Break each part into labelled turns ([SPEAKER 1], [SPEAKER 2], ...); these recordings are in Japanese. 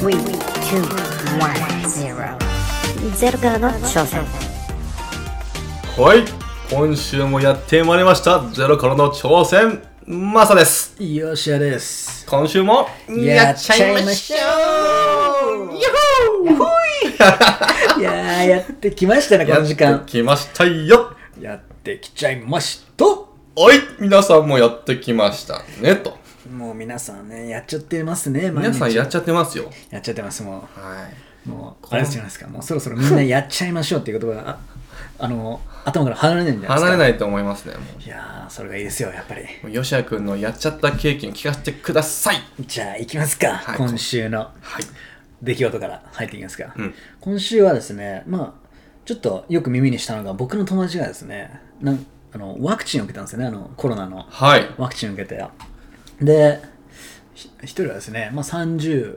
[SPEAKER 1] three, two, one, zero. ゼロからの挑戦。
[SPEAKER 2] はい今週もやってまいりましたゼロからの挑戦マサです
[SPEAKER 3] よしやです。
[SPEAKER 2] 今週もやっちゃいましょうやっほ
[SPEAKER 3] いやー、やってきましたね、
[SPEAKER 2] ー
[SPEAKER 3] この時
[SPEAKER 2] やっ
[SPEAKER 3] 間
[SPEAKER 2] て。きましたよ
[SPEAKER 3] やってきちゃいました。
[SPEAKER 2] はい皆さんもやってきましたねと
[SPEAKER 3] もう皆さんね、やっちゃってますね、毎日
[SPEAKER 2] 皆さんやっちゃってますよ
[SPEAKER 3] やっちゃってます、も
[SPEAKER 2] はい。
[SPEAKER 3] う。もう、あれじゃないですか、もうそろそろみんなやっちゃいましょうっていう言葉 が、ああの、頭から離れないんじゃないです
[SPEAKER 2] 離
[SPEAKER 3] か。
[SPEAKER 2] れないと思いますねも
[SPEAKER 3] いやー、それがいいですよ、やっぱり。
[SPEAKER 2] うよしやくんのやっちゃった経験聞かせてください
[SPEAKER 3] じゃあ、行きますか、
[SPEAKER 2] はい
[SPEAKER 3] 今週の
[SPEAKER 2] はい
[SPEAKER 3] 出来事から入っていきますか。
[SPEAKER 2] うん
[SPEAKER 3] 今週はですね、まあ、ちょっとよく耳にしたのが、僕の友達がですね、なんあのワクチンを受けたんですよね、あのコロナの。
[SPEAKER 2] はい
[SPEAKER 3] ワクチン受けてでひ一人はですね、まあ、30,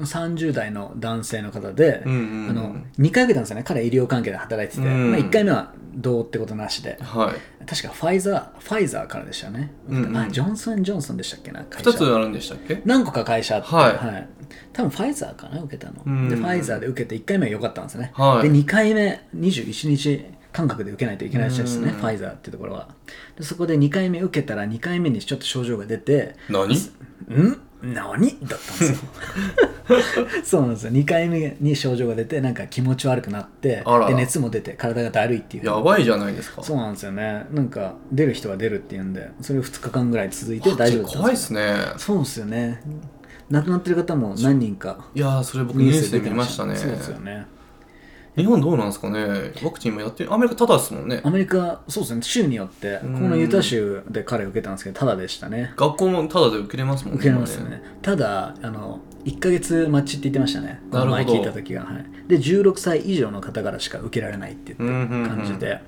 [SPEAKER 3] 30代の男性の方で、
[SPEAKER 2] うんうんうん
[SPEAKER 3] あの2回受けたんですよね彼医療関係で働いて
[SPEAKER 2] う
[SPEAKER 3] て、
[SPEAKER 2] ん
[SPEAKER 3] まあ、1回目はどうってことなしで
[SPEAKER 2] はい
[SPEAKER 3] 確かファイザーファイザーからでしたよね、
[SPEAKER 2] うんうん
[SPEAKER 3] あジョンソン・ジョンソンでしたっけな会社
[SPEAKER 2] 2つあるんでしたっけ
[SPEAKER 3] 何個か会社あって、
[SPEAKER 2] はい
[SPEAKER 3] 多分ファイザーかな受けたの、
[SPEAKER 2] うん
[SPEAKER 3] でファイザーで受けて1回目は良かったんですね、
[SPEAKER 2] はい
[SPEAKER 3] で2回目21日間隔で受けないといけないらしいですね、
[SPEAKER 2] うん
[SPEAKER 3] ファイザーっていうところはでそこで2回目受けたら2回目にちょっと症状が出て
[SPEAKER 2] 何
[SPEAKER 3] ん何だった んですよそうなんですよ2回目に症状が出てなんか気持ち悪くなって
[SPEAKER 2] あらら
[SPEAKER 3] で熱も出て体がだるいっていう
[SPEAKER 2] やばいじゃないですか
[SPEAKER 3] そうなんですよねなんか出る人は出るっていうんでそれ2日間ぐらい続いて大丈夫だったんですよ
[SPEAKER 2] 怖いっすね
[SPEAKER 3] そうですよね。亡くなってる方も何人か
[SPEAKER 2] いやーそれ僕ニュースで見ましたね
[SPEAKER 3] そうですよね。
[SPEAKER 2] 日本どうなんですかねワクチンもやってアメリカただですもんね
[SPEAKER 3] アメリカ、そうですね、州によって、こ
[SPEAKER 2] うん
[SPEAKER 3] のユタ州で彼受けたんですけど、ただでしたね。
[SPEAKER 2] 学校もただで受けれますもんね
[SPEAKER 3] 受けますね。ただ、あの、1ヶ月待ちって言ってましたね。
[SPEAKER 2] なるほど
[SPEAKER 3] 前聞いた時が、はい。で、16歳以上の方からしか受けられないって言って
[SPEAKER 2] うんうんうん
[SPEAKER 3] 感じで、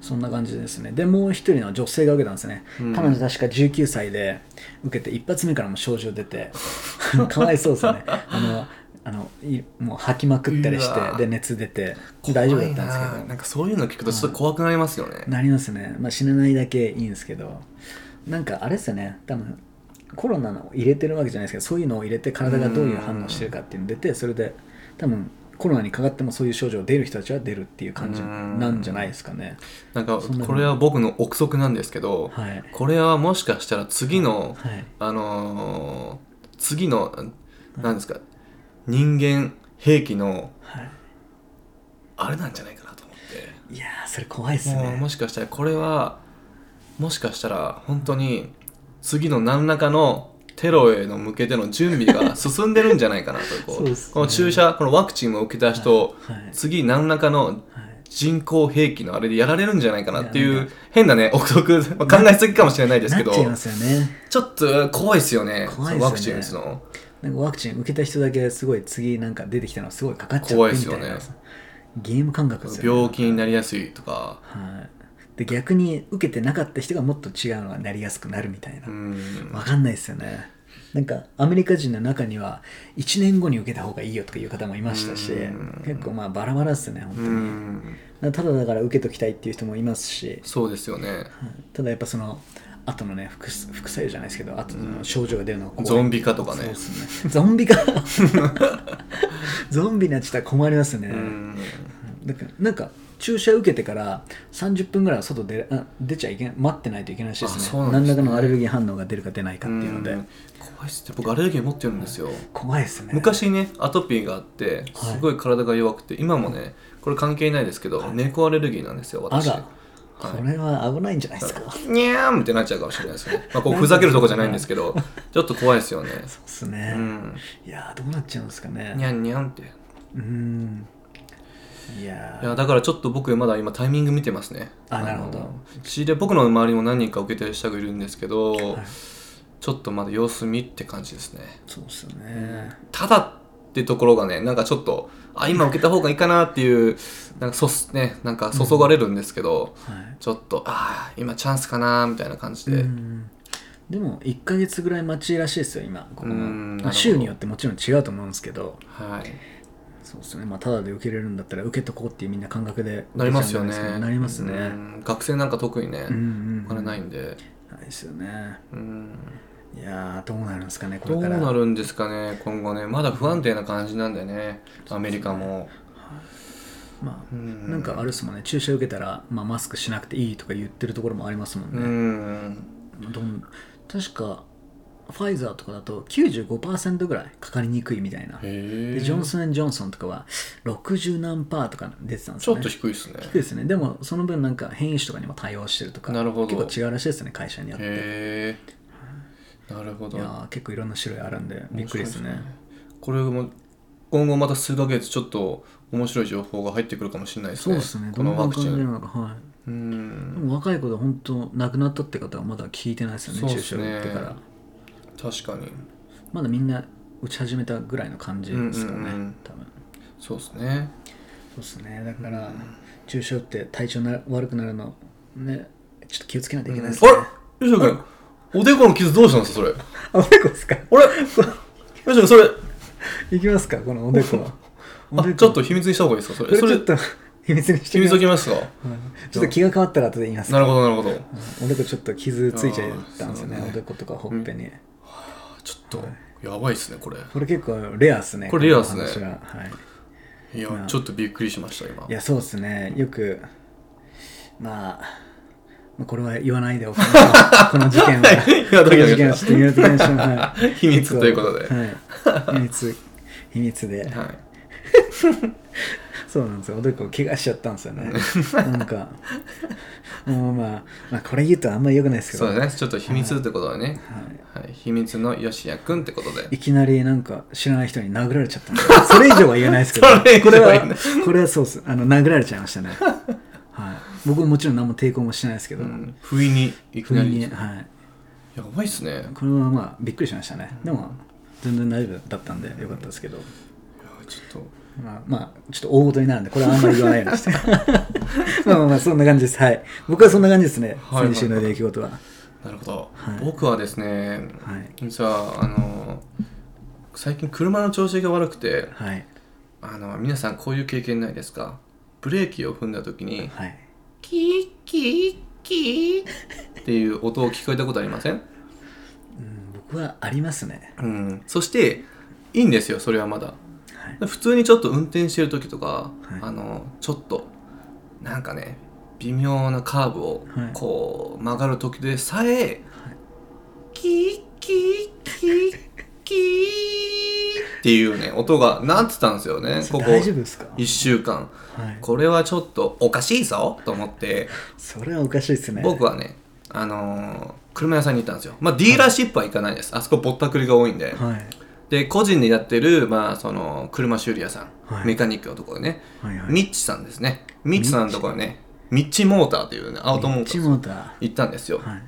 [SPEAKER 3] そんな感じですね。で、もう一人の女性が受けたんですね。
[SPEAKER 2] うん
[SPEAKER 3] 彼女確か19歳で受けて、一発目からもう症状出て、 かわいそうです ね。あのあのいもう吐きまくったりし
[SPEAKER 2] うわ
[SPEAKER 3] てで熱出て大丈夫だったんです
[SPEAKER 2] 怖い
[SPEAKER 3] け
[SPEAKER 2] な
[SPEAKER 3] ど
[SPEAKER 2] なんかそういうの聞くとちょっと怖くなりますよね、
[SPEAKER 3] なりますね、まあ、死なないだけいいんですけどなんかあれですよね多分コロナの入れてるわけじゃないですけどそういうのを入れて体がどういう反応してるかっていうの出てそれで多分コロナにかかってもそういう症状出る人たちは出るっていう感じなんじゃないですかね
[SPEAKER 2] なんか
[SPEAKER 3] そんなの
[SPEAKER 2] これは僕の憶測なんですけど、
[SPEAKER 3] はい
[SPEAKER 2] これはもしかしたら次の、
[SPEAKER 3] はい
[SPEAKER 2] あのー次の何ですか人間兵器の
[SPEAKER 3] はい
[SPEAKER 2] あれなんじゃないかなと思って
[SPEAKER 3] いやーそれ怖いです
[SPEAKER 2] もう
[SPEAKER 3] ね
[SPEAKER 2] もしかしたらこれはもしかしたら本当に次の何らかのテロへの向けての準備 が進んでるんじゃないかなとこ
[SPEAKER 3] そうですね
[SPEAKER 2] この注射このワクチンを受けた人、
[SPEAKER 3] はいはい
[SPEAKER 2] 次何らかの
[SPEAKER 3] はい
[SPEAKER 2] 人工兵器のあれでやられるんじゃないかなってい
[SPEAKER 3] いや
[SPEAKER 2] う
[SPEAKER 3] なん
[SPEAKER 2] 変なね憶測まあ考えすぎかもしれないですけ
[SPEAKER 3] なっ
[SPEAKER 2] ど
[SPEAKER 3] ちゃいますよね
[SPEAKER 2] ちょっと怖いですよね
[SPEAKER 3] 怖いですよね
[SPEAKER 2] そのワクチン打つの
[SPEAKER 3] なんかワクチン受けた人だけすごい次なんか出てきたのすごいかかっちゃってみたい
[SPEAKER 2] 怖い
[SPEAKER 3] な、
[SPEAKER 2] ですよ
[SPEAKER 3] ゲーム感覚ですよね
[SPEAKER 2] 病気になりやすいとか
[SPEAKER 3] はいで逆に受けてなかった人がもっと違うのがなりやすくなるみたいな、
[SPEAKER 2] う
[SPEAKER 3] わ
[SPEAKER 2] ん
[SPEAKER 3] かんないですよねなんかアメリカ人の中には1年後に受けた方がいいよとかいう方もいましたし
[SPEAKER 2] うん
[SPEAKER 3] 結構まあバラバラですね本当
[SPEAKER 2] う
[SPEAKER 3] に、
[SPEAKER 2] ん
[SPEAKER 3] だからただだから受けときたいっていう人もいますし、
[SPEAKER 2] そうですよね
[SPEAKER 3] はいただやっぱその後のね副副作用じゃないですけど後の症状が出るのが怖い
[SPEAKER 2] ゾンビ化とかね
[SPEAKER 3] そうですねゾンビ化 ゾンビになっちゃったら困りますね、
[SPEAKER 2] うん
[SPEAKER 3] だからなんか注射受けてから30分ぐらいは外出あ出ちゃいけん待ってないといけないらしいで
[SPEAKER 2] あ
[SPEAKER 3] す
[SPEAKER 2] そ
[SPEAKER 3] ね
[SPEAKER 2] うなんです
[SPEAKER 3] 何
[SPEAKER 2] ね
[SPEAKER 3] らかのアレルギー反応が出るか出ないかっていうので、
[SPEAKER 2] ん怖いっすって僕アレルギー持ってるんですよ、
[SPEAKER 3] 怖いですね
[SPEAKER 2] 昔ねアトピーがあって
[SPEAKER 3] はい
[SPEAKER 2] すごい体が弱くて、今もねこれ関係ないですけど、猫アレルギーなんですよ
[SPEAKER 3] あ
[SPEAKER 2] 私
[SPEAKER 3] ら
[SPEAKER 2] はい
[SPEAKER 3] これは危ないんじゃないですか、そう
[SPEAKER 2] にゃーんってなっちゃうかもしれないですね、まあ、こうふざけるとこじゃないんですけどちょっと怖いですよね
[SPEAKER 3] です
[SPEAKER 2] う
[SPEAKER 3] ね、
[SPEAKER 2] ん
[SPEAKER 3] いやーどうなっちゃうんですか
[SPEAKER 2] に
[SPEAKER 3] ね
[SPEAKER 2] ゃんにゃんって
[SPEAKER 3] うんいや
[SPEAKER 2] い
[SPEAKER 3] ー
[SPEAKER 2] やだからちょっと僕まだ今タイミング見てますね
[SPEAKER 3] あなるほど
[SPEAKER 2] の知り合い僕の周りも何人か受けてる人がいるんですけど、ちょっとまだ様子見って感じですね
[SPEAKER 3] そうですよね、
[SPEAKER 2] ただってところがねなんかちょっとあ今受けた方がいいかなっていうなんかそすねなんか注がれるんですけど、
[SPEAKER 3] はい
[SPEAKER 2] ちょっとああ今チャンスかなみたいな感じで、
[SPEAKER 3] うんでも1か月ぐらい待ちらしいですよ今ここも
[SPEAKER 2] うんなるほど
[SPEAKER 3] 州によってもちろん違うと思うんですけど
[SPEAKER 2] はい
[SPEAKER 3] そうですね、まあ、ただで受けれるんだったら受けとこうっていうみんな感覚で
[SPEAKER 2] なりますよね
[SPEAKER 3] 受けちゃうんじゃないですかなります
[SPEAKER 2] う
[SPEAKER 3] ね
[SPEAKER 2] ん学生なんか特にね、
[SPEAKER 3] うんうんうん
[SPEAKER 2] お金ないんで
[SPEAKER 3] ないですよね
[SPEAKER 2] うん
[SPEAKER 3] いやーどうなるんですかねこ
[SPEAKER 2] ど
[SPEAKER 3] れ
[SPEAKER 2] う
[SPEAKER 3] から
[SPEAKER 2] なるんですかね、今後ね、まだ不安定な感じなんだよね、アメリカも。
[SPEAKER 3] まあ
[SPEAKER 2] うん
[SPEAKER 3] なんかあれですもんね注射受けたら、まあ、マスクしなくていいとか言ってるところもありますもん
[SPEAKER 2] う
[SPEAKER 3] ね、
[SPEAKER 2] ん、
[SPEAKER 3] どん確かファイザーとかだと95%ぐらいかかりにくいみたいな
[SPEAKER 2] へ
[SPEAKER 3] で
[SPEAKER 2] え
[SPEAKER 3] ジ
[SPEAKER 2] ち
[SPEAKER 3] ョ
[SPEAKER 2] ょ
[SPEAKER 3] ンソンエンジョンソンとかは60何パーとか出てたんですよ
[SPEAKER 2] っ
[SPEAKER 3] ね
[SPEAKER 2] と低いですね。
[SPEAKER 3] 低いですねでもその分なんか変異種とかにも対応してるとか
[SPEAKER 2] なるほど
[SPEAKER 3] 結構違うらしいですね会社によって
[SPEAKER 2] へえなるほ
[SPEAKER 3] い
[SPEAKER 2] ど
[SPEAKER 3] や。ー結構いろんな種類あるんでびっくりですね
[SPEAKER 2] 面白いこれも今後また数ヶ月ちょっと面白い情報が入ってくるかもしれないです
[SPEAKER 3] そう
[SPEAKER 2] ね。
[SPEAKER 3] ですね
[SPEAKER 2] この
[SPEAKER 3] ど
[SPEAKER 2] ワ
[SPEAKER 3] んな
[SPEAKER 2] ク
[SPEAKER 3] 感
[SPEAKER 2] チ
[SPEAKER 3] じな
[SPEAKER 2] ン。
[SPEAKER 3] のかはい
[SPEAKER 2] うん
[SPEAKER 3] でも若い子で本当亡くなったって方はまだ聞いてないですよね
[SPEAKER 2] そうで
[SPEAKER 3] 注
[SPEAKER 2] す
[SPEAKER 3] 射
[SPEAKER 2] ね
[SPEAKER 3] 打ってから
[SPEAKER 2] 確かに
[SPEAKER 3] まだみんな打ち始めたぐらいの感じですかね、
[SPEAKER 2] うんうんうん
[SPEAKER 3] 多分
[SPEAKER 2] そうですね
[SPEAKER 3] そうですねだから、注射打って体調な悪くなるのねちょっと気をつけないといけないですね、
[SPEAKER 2] あれ吉野君おでこの傷どうしたんですかそれあ
[SPEAKER 3] あおでこですか
[SPEAKER 2] れ 吉野君それ
[SPEAKER 3] いきますかこのおでこはお で
[SPEAKER 2] あ
[SPEAKER 3] こ
[SPEAKER 2] ちょっと秘密にした方がいいですかそ
[SPEAKER 3] こ
[SPEAKER 2] れ
[SPEAKER 3] れち
[SPEAKER 2] それ
[SPEAKER 3] ょっと秘密にして
[SPEAKER 2] 秘密おきますか
[SPEAKER 3] ちょっと気が変わったら後で言います
[SPEAKER 2] なるほどなるほど
[SPEAKER 3] おでこちょっと傷ついちゃったんですよね
[SPEAKER 2] あーそうね
[SPEAKER 3] おでことかほっぺに、
[SPEAKER 2] ちょっとやばいっすねこれ
[SPEAKER 3] これ結構レアっすね
[SPEAKER 2] これレアっすね
[SPEAKER 3] この話ははい、
[SPEAKER 2] いやちょっとびっくりしました今
[SPEAKER 3] いやそうですねよくまあまあこれは言わないでお こうこの事件は
[SPEAKER 2] はい
[SPEAKER 3] この事件はちょっと言わない でおきましょうはい
[SPEAKER 2] 秘密ということで
[SPEAKER 3] はい、秘密秘密で、
[SPEAKER 2] はい
[SPEAKER 3] そうなんですよおでこを怪我しちゃったんですよ ねなんかもうまあ、まあ、これ言うとあんまり良くないですけど
[SPEAKER 2] そうだねちょっと秘密ってことはね
[SPEAKER 3] はい
[SPEAKER 2] はい秘密の吉野君ってことで
[SPEAKER 3] いきなりなんか知らない人に殴られちゃったんで それ以上は言えないですけど、
[SPEAKER 2] それ以
[SPEAKER 3] こ
[SPEAKER 2] 上
[SPEAKER 3] れ
[SPEAKER 2] は言えない
[SPEAKER 3] は、これはそうです。あの、殴られちゃいましたね。はい。僕ももちろん何も抵抗もしないですけど、
[SPEAKER 2] うん不意にいき
[SPEAKER 3] 不意
[SPEAKER 2] な
[SPEAKER 3] に、
[SPEAKER 2] り
[SPEAKER 3] はい。
[SPEAKER 2] やばいっすね
[SPEAKER 3] これはまあ、びっくりしましたね。でも、全然大丈夫だったんで、よかったですけど、
[SPEAKER 2] いやちょっと
[SPEAKER 3] まあ、まあ、ちょっと大事になるんで、これはあんまり言わないよう にして。まあまあまあ、そんな感じです。はい。僕はそんな感じですね。
[SPEAKER 2] はい
[SPEAKER 3] 先週の出来事は。
[SPEAKER 2] なるほど、
[SPEAKER 3] はい
[SPEAKER 2] 僕はですね、
[SPEAKER 3] はい
[SPEAKER 2] 実はあの最近車の調子が悪くて
[SPEAKER 3] はい。
[SPEAKER 2] あの皆さんこういう経験ないですかブレーキを踏んだ時に
[SPEAKER 3] はい。
[SPEAKER 2] キーキーキーっていう音を聞こえたことありません、
[SPEAKER 3] うん、僕はありますね。
[SPEAKER 2] うん、そしていいんですよそれはまだ
[SPEAKER 3] はい。
[SPEAKER 2] 普通にちょっと運転してる時とか、
[SPEAKER 3] はい
[SPEAKER 2] あのちょっとなんかね微妙なカーブを
[SPEAKER 3] はい
[SPEAKER 2] こう曲がる時でさえ、キーキーキーキーっていう ね音が鳴ってたんですよねここ
[SPEAKER 3] 大丈夫ですか
[SPEAKER 2] 1週間
[SPEAKER 3] はい。
[SPEAKER 2] これはちょっとおかしいぞと思って
[SPEAKER 3] それはおかしいですね。
[SPEAKER 2] 僕はねあのー車屋さんに行ったんですよまあディーラーシップは行かないですあそこぼったくりが多いんで、
[SPEAKER 3] はい、
[SPEAKER 2] で個人でやってる、まあ、その車修理屋さん、
[SPEAKER 3] はい
[SPEAKER 2] メカニックのところでね、
[SPEAKER 3] はいはい。
[SPEAKER 2] ミッチさんですねミッチさんのところねミッチモーターというねアウトモータ
[SPEAKER 3] チ
[SPEAKER 2] ー
[SPEAKER 3] モータ
[SPEAKER 2] 行ったんですよ、
[SPEAKER 3] ー。はい。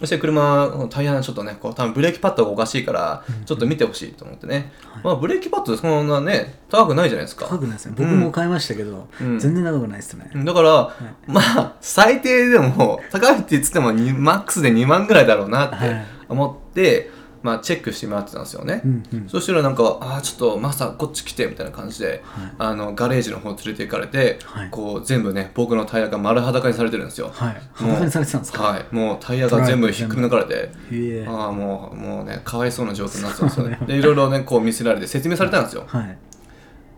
[SPEAKER 2] そして車のタイヤのちょっとねこう多分ブレーキパッドがおかしいからちょっと見てほしいと思ってね、まあブレーキパッドそんなね高くないじゃないですか
[SPEAKER 3] 高くないですね。僕も買いましたけど、
[SPEAKER 2] うん
[SPEAKER 3] 全然高くないですね。
[SPEAKER 2] だから、まあ最低でも高いって言ってもにマックスで2万ぐらいだろうなっ
[SPEAKER 3] は
[SPEAKER 2] て
[SPEAKER 3] い
[SPEAKER 2] 思って、まあ、チェックしてもらってたんですよね、
[SPEAKER 3] うんうん
[SPEAKER 2] そしたらなんか「ああちょっとマスターこっち来て」みたいな感じで、
[SPEAKER 3] はい
[SPEAKER 2] あのガレージの方連れて行かれて、
[SPEAKER 3] はい
[SPEAKER 2] こう全部ね僕のタイヤが丸裸にされてるんですよ、
[SPEAKER 3] はい。
[SPEAKER 2] もう
[SPEAKER 3] 裸にされてたんですか
[SPEAKER 2] はいもうタイヤが全部ひっくり抜かれて
[SPEAKER 3] いえ。は
[SPEAKER 2] ああもうもうねかわいそうな状態になってたんですよね
[SPEAKER 3] そう
[SPEAKER 2] でいろいろねこう見せられて説明されたんですよ
[SPEAKER 3] い。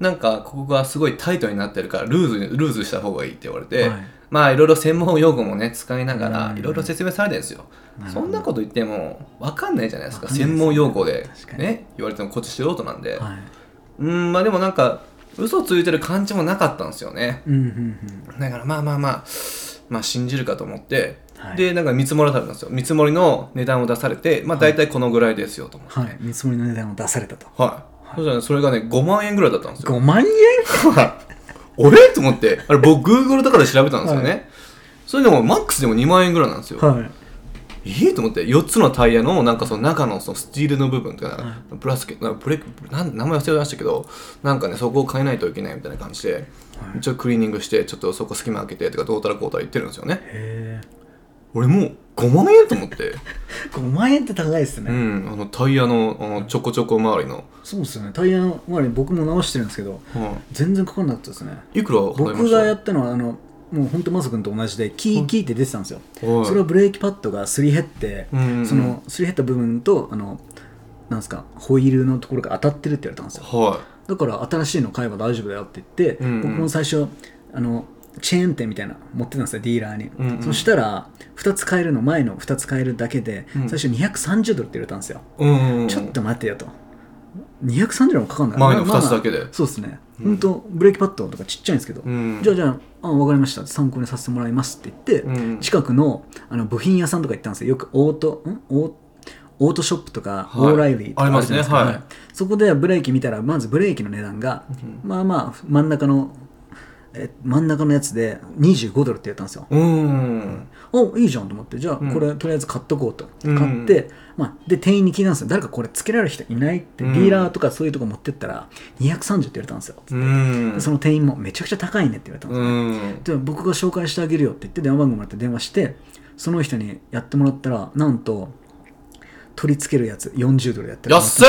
[SPEAKER 2] なんかここがすごいタイトになってるからルーズにルーズした方がいいって言われて、
[SPEAKER 3] はい
[SPEAKER 2] まあいろいろ専門用語もね使いなが
[SPEAKER 3] う
[SPEAKER 2] ら
[SPEAKER 3] ん
[SPEAKER 2] いろいろ説明されてるんですよ
[SPEAKER 3] なるほ
[SPEAKER 2] そ
[SPEAKER 3] ど
[SPEAKER 2] んなこと言っても分かんないじゃないですか
[SPEAKER 3] わかんないです
[SPEAKER 2] 専門用語で
[SPEAKER 3] 確かに
[SPEAKER 2] ね言われてもこっち素人なんで、
[SPEAKER 3] はい。
[SPEAKER 2] うんまあでもなんか嘘ついてる感じもなかったんですよね
[SPEAKER 3] うんうんうん。
[SPEAKER 2] だからまあまあまあまあ信じるかと思って、
[SPEAKER 3] はい
[SPEAKER 2] でなんか見積もらされたんですよ見積もりの値段を出されてまあ大体このぐらいですよと思って、
[SPEAKER 3] はい。見積もりの値段を出されたと。
[SPEAKER 2] はい、そしたらそれがね5万円ぐらいだったんですよ
[SPEAKER 3] 5万円
[SPEAKER 2] 俺と思ってあれ 僕 Google とかで調べたんですよね、
[SPEAKER 3] は
[SPEAKER 2] それでもマックスでも2万円ぐらいなんですよ、
[SPEAKER 3] はい。
[SPEAKER 2] い、いと思って4つのタイヤのなんかその中のそのスチールの部分とか、ブラスケなブレなん名前忘れましたけどなんかねそこを変えないといけないみたいな感じで、一応クリーニングしてちょっとそこ隙間開けてとかどうたらこうたら言ってるんですよね
[SPEAKER 3] へえ。
[SPEAKER 2] 俺もう5万円と思って、
[SPEAKER 3] 5万円って高いです
[SPEAKER 2] う
[SPEAKER 3] ね。
[SPEAKER 2] ん、あのタイヤのあのちょこちょこ周りの、
[SPEAKER 3] そうですよね。タイヤの周り僕も直してるんですけど、
[SPEAKER 2] は
[SPEAKER 3] 全然かかんなかったですね。
[SPEAKER 2] いいくら払いま
[SPEAKER 3] 僕
[SPEAKER 2] した
[SPEAKER 3] がやったのは、あの、もう本当マサ君と同じでキーキーって出てたんですよ、
[SPEAKER 2] はい
[SPEAKER 3] それをブレーキパッドがすり減って、
[SPEAKER 2] うんうん
[SPEAKER 3] そのすり減った部分とあのなんですかホイールのところが当たってるって言われたんですよ
[SPEAKER 2] は
[SPEAKER 3] だから新しいの買えば大丈夫だよって言って、
[SPEAKER 2] うんうん
[SPEAKER 3] 僕も最初あのチェーン店みたいなの持ってたんですよディーラーに、
[SPEAKER 2] うんうん
[SPEAKER 3] そしたら2つ買えるの前の2つ買えるだけで、
[SPEAKER 2] うん
[SPEAKER 3] 最初230ドルって入れたんですよ、
[SPEAKER 2] い。うんうん。
[SPEAKER 3] ちょっと待ってよと230ドルもかかんない
[SPEAKER 2] 前の
[SPEAKER 3] まあ
[SPEAKER 2] 2つだけで。
[SPEAKER 3] そうですね、
[SPEAKER 2] うん
[SPEAKER 3] 本当ブレーキパッドとかちっちゃいんですけど、
[SPEAKER 2] うん。
[SPEAKER 3] じゃあじゃああ分かりました参考にさせてもらいますって言って、
[SPEAKER 2] うん
[SPEAKER 3] 近くのあの部品屋さんとか行ったんですよよくオートんオーオートショップとか、
[SPEAKER 2] はい
[SPEAKER 3] オーライリーとか
[SPEAKER 2] ありますね
[SPEAKER 3] るじゃな
[SPEAKER 2] はい
[SPEAKER 3] ですかそこでブレーキ見たらまずブレーキの値段が、まあまあ真ん中のえ真ん中のやつで25ドルって言ったんですよ、
[SPEAKER 2] うん。
[SPEAKER 3] おいいじゃんと思ってじゃあ
[SPEAKER 2] ん
[SPEAKER 3] これとりあえず買っとこうと、
[SPEAKER 2] うん
[SPEAKER 3] 買って、まあ、で店員に聞いたんですよ誰かこれつけられる人いないって、
[SPEAKER 2] うん
[SPEAKER 3] ディーラーとかそういうとこ持ってったら230って言われたんですよ、
[SPEAKER 2] うん。
[SPEAKER 3] その店員もめちゃくちゃ高いねって言われたんですよ、
[SPEAKER 2] うん。
[SPEAKER 3] で僕が紹介してあげるよって言って電話番号もらって電話してその人にやってもらったらなんと取り付けるやつ40ドルやってる
[SPEAKER 2] 安っ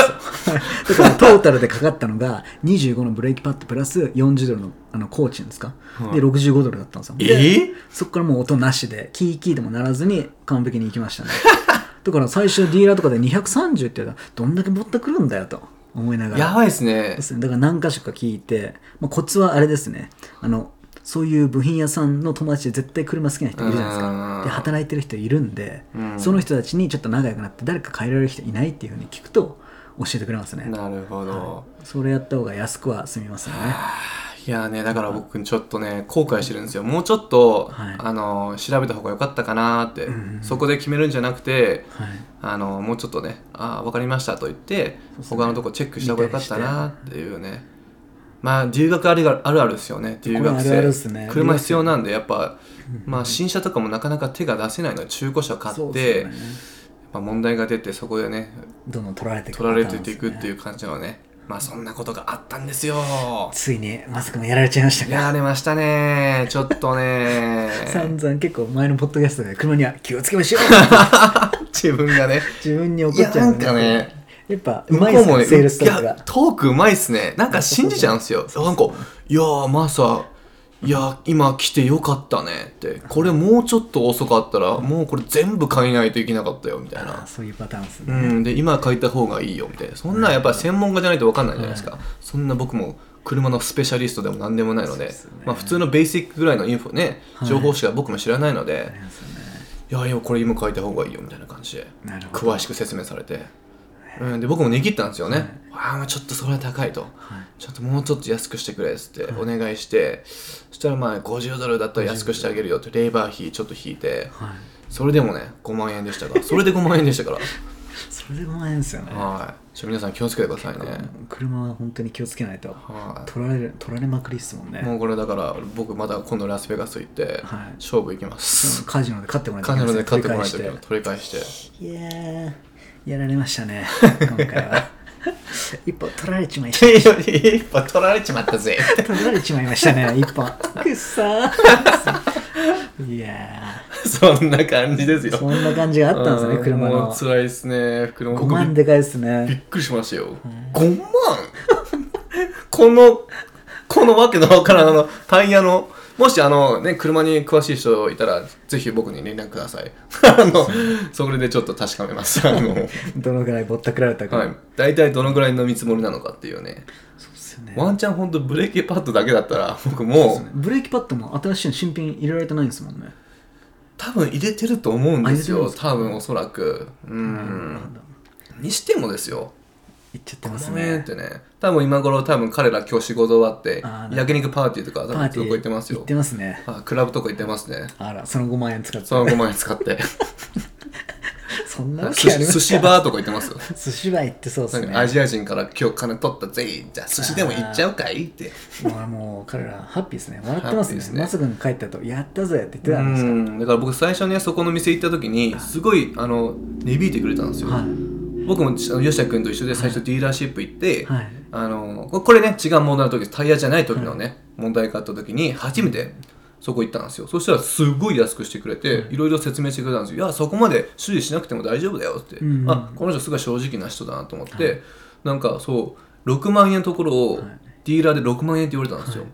[SPEAKER 3] だからトータルでかかったのが25のブレーキパッドプラス40ドルのあのコーチンですか、で65ドルだったんですよで
[SPEAKER 2] え
[SPEAKER 3] そこからもう音なしでキーキーでもならずに完璧に行きましたね だから最初ディーラーとかで230って言ったらどんだけぼったくるんだよと思いながら
[SPEAKER 2] やばいですね
[SPEAKER 3] で。すね。だから何箇所か聞いて、まあ、コツはあれですね。あの、そういう部品屋さんの友達で絶対車好きな人いるじゃないです
[SPEAKER 2] う
[SPEAKER 3] か
[SPEAKER 2] ん。
[SPEAKER 3] で、働いてる人いるんで、
[SPEAKER 2] うん
[SPEAKER 3] その人たちにちょっと仲良くなって、誰か変えられる人いないっていうふうに聞くと、教えてくれますね。
[SPEAKER 2] なるほど。
[SPEAKER 3] それやった方が安くは済みますよね。
[SPEAKER 2] いやーね、だから僕ちょっとね、後悔してるんですよ。もうちょっと、
[SPEAKER 3] はい
[SPEAKER 2] あの、調べた方が良かったかなーって
[SPEAKER 3] うんう。ん
[SPEAKER 2] そこで決めるんじゃなくて、
[SPEAKER 3] はい。
[SPEAKER 2] あの、もうちょっとね、ああ、わかりましたと言って、
[SPEAKER 3] そうですね
[SPEAKER 2] 他のとこチェックした方が良かったなーっていうね。まあ、留学あるがあるあるですよね、留学
[SPEAKER 3] これあるある
[SPEAKER 2] 生。
[SPEAKER 3] っすね
[SPEAKER 2] 車必要なんで、やっぱ、まあ、新車とかもなかなか手が出せないので、中古車買
[SPEAKER 3] そう
[SPEAKER 2] っ
[SPEAKER 3] です
[SPEAKER 2] て、
[SPEAKER 3] よね。
[SPEAKER 2] まあ、問題が出て、そこでね、
[SPEAKER 3] どんどん取られていく、。
[SPEAKER 2] 取られていくっていうう感じのね、まあ、そんなことがあったんですよ。
[SPEAKER 3] ついに、マスクもやられちゃいました
[SPEAKER 2] や
[SPEAKER 3] から
[SPEAKER 2] れましたねちょっとね
[SPEAKER 3] 散々結構前のポッドキャストで車には気をつけましょう
[SPEAKER 2] 自分がね
[SPEAKER 3] 自分に怒っちゃう
[SPEAKER 2] いやなんかね
[SPEAKER 3] やっぱうまいです
[SPEAKER 2] 向こね
[SPEAKER 3] ねセールストーク
[SPEAKER 2] いや
[SPEAKER 3] が
[SPEAKER 2] トークうまいっすねなんか信じちゃうんですよなんか「いやーマサいやー今来てよかったね」って「これもうちょっと遅かったらもうこれ全部買いないといけなかったよ」みたい
[SPEAKER 3] あー
[SPEAKER 2] な。
[SPEAKER 3] そういうパターンです
[SPEAKER 2] う
[SPEAKER 3] ね、
[SPEAKER 2] ん、で今書いた方がいいよみたいなそんなんやっぱり専門家じゃないと分かんないじゃないですか、そんな僕も車のスペシャリストでも何でもないので
[SPEAKER 3] すね
[SPEAKER 2] まあ、普通のベーシックぐらいのインフォね情報しか僕も知らないので、
[SPEAKER 3] ありますよね
[SPEAKER 2] いやいやこれ今書いた方がいいよみたいな感じで
[SPEAKER 3] なるほど
[SPEAKER 2] 詳しく説明されて、うん、で僕も値切ったんですよね、ああちょっとそれは高いと、ちょっともうちょっと安くしてくれっつってお願いして、そしたらまあ50ドルだったら安くしてあげるよってレーバー費ちょっと引いて、
[SPEAKER 3] はい、
[SPEAKER 2] それでもね5万円でしたからそれで5万円でしたから
[SPEAKER 3] それでもないんですよね、
[SPEAKER 2] はいちょっと皆さん気をつけてくださいね、
[SPEAKER 3] 車は本当に気をつけないと
[SPEAKER 2] は
[SPEAKER 3] 取られる取られまくりですもんね
[SPEAKER 2] い、もうこれだから僕まだ今度ラスベガス行って、
[SPEAKER 3] はい
[SPEAKER 2] 勝負行きます、
[SPEAKER 3] カジノで勝ってもら
[SPEAKER 2] カジノで勝ってもらわない
[SPEAKER 3] い
[SPEAKER 2] といけない取り返して
[SPEAKER 3] いやーやられましたね今回 は一歩取られちまい
[SPEAKER 2] 一歩取られちまったぜ
[SPEAKER 3] 取られちまいましたね一歩くっさー いや
[SPEAKER 2] そんな感じです
[SPEAKER 3] ー
[SPEAKER 2] よ。
[SPEAKER 3] そんな感じがあったんです
[SPEAKER 2] う
[SPEAKER 3] ね車
[SPEAKER 2] もう
[SPEAKER 3] の
[SPEAKER 2] 辛いですね。車
[SPEAKER 3] 5万
[SPEAKER 2] びっ
[SPEAKER 3] でかいです
[SPEAKER 2] びっ
[SPEAKER 3] ね
[SPEAKER 2] くりしましたよ。5万この、このわけのわからんあのタイヤの、もしあのね、車に詳しい人いたら、ぜひ僕に連絡ください。 あの、それでちょっと確かめます。あの、はい。
[SPEAKER 3] どのぐらいぼったくられたか、
[SPEAKER 2] 大体どのぐらいの見積もりなのかっていうね。
[SPEAKER 3] そうですよね
[SPEAKER 2] ワンチャンほんとブレーキパッドだけだったら、 僕もう、
[SPEAKER 3] ブレーキパッドも新しいの新品入れられてないんですもんね
[SPEAKER 2] 多分入れてると思うんです
[SPEAKER 3] あ
[SPEAKER 2] よ。
[SPEAKER 3] 入れてるんです
[SPEAKER 2] 多分おそらく。うん。にしてもですよ。
[SPEAKER 3] いっちゃってます
[SPEAKER 2] ごめん
[SPEAKER 3] ね
[SPEAKER 2] ってね多分今頃多分彼ら今日仕事終わって
[SPEAKER 3] あーなるほど
[SPEAKER 2] 焼肉パーティーとか多
[SPEAKER 3] パー
[SPEAKER 2] 分
[SPEAKER 3] テ
[SPEAKER 2] ど
[SPEAKER 3] ィ
[SPEAKER 2] こ
[SPEAKER 3] ー
[SPEAKER 2] 行ってますよ
[SPEAKER 3] 行ってますね
[SPEAKER 2] あクラブとか行ってますね
[SPEAKER 3] あらその5万円使って
[SPEAKER 2] その5万円使って
[SPEAKER 3] そんなわ
[SPEAKER 2] 寿
[SPEAKER 3] けあ
[SPEAKER 2] 司
[SPEAKER 3] りま
[SPEAKER 2] 寿
[SPEAKER 3] す
[SPEAKER 2] 司バーとか行ってますよ
[SPEAKER 3] 寿司は行ってそうで
[SPEAKER 2] な
[SPEAKER 3] す
[SPEAKER 2] ん
[SPEAKER 3] ね
[SPEAKER 2] かアジア人から今日金取ったぜじゃあ寿司でも行っちゃうかいって
[SPEAKER 3] もうもう彼らハッピーですね笑ってま
[SPEAKER 2] ハッピ
[SPEAKER 3] す
[SPEAKER 2] ー
[SPEAKER 3] ね
[SPEAKER 2] ですね
[SPEAKER 3] まさくん帰ったとやったぜって言って
[SPEAKER 2] う
[SPEAKER 3] たんですか
[SPEAKER 2] んだから僕最初ねそこの店行った時にすごいあの値引いてくれたんですよ、
[SPEAKER 3] はい
[SPEAKER 2] 僕もあの吉田君と一緒で最初ディーラーシップ行って、
[SPEAKER 3] はい
[SPEAKER 2] あのここれね違う問題の時タイヤじゃない時のね、問題があった時に初めてそこ行ったんですよそしたらすごい安くしてくれていろいろ説明してくれたんですよ「いやそこまで注意しなくても大丈夫だよ」って、
[SPEAKER 3] んうん
[SPEAKER 2] あこの人すごい正直な人だなと思って、なんかそう6万円のところをディーラーで6万円って言われたんですよ、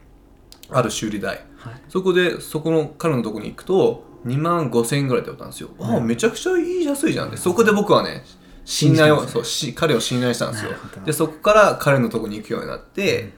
[SPEAKER 2] ある修理代、
[SPEAKER 3] はい
[SPEAKER 2] そこでそこの彼のとこに行くと2万5000円ぐらいで売ったんですよ、ああめちゃくちゃいい安いじゃんってそこで僕はね信頼を、
[SPEAKER 3] 信
[SPEAKER 2] そうし
[SPEAKER 3] じたんですね
[SPEAKER 2] 彼を信頼したんですよ
[SPEAKER 3] なるほど
[SPEAKER 2] でそこから彼のとこに行くようになって、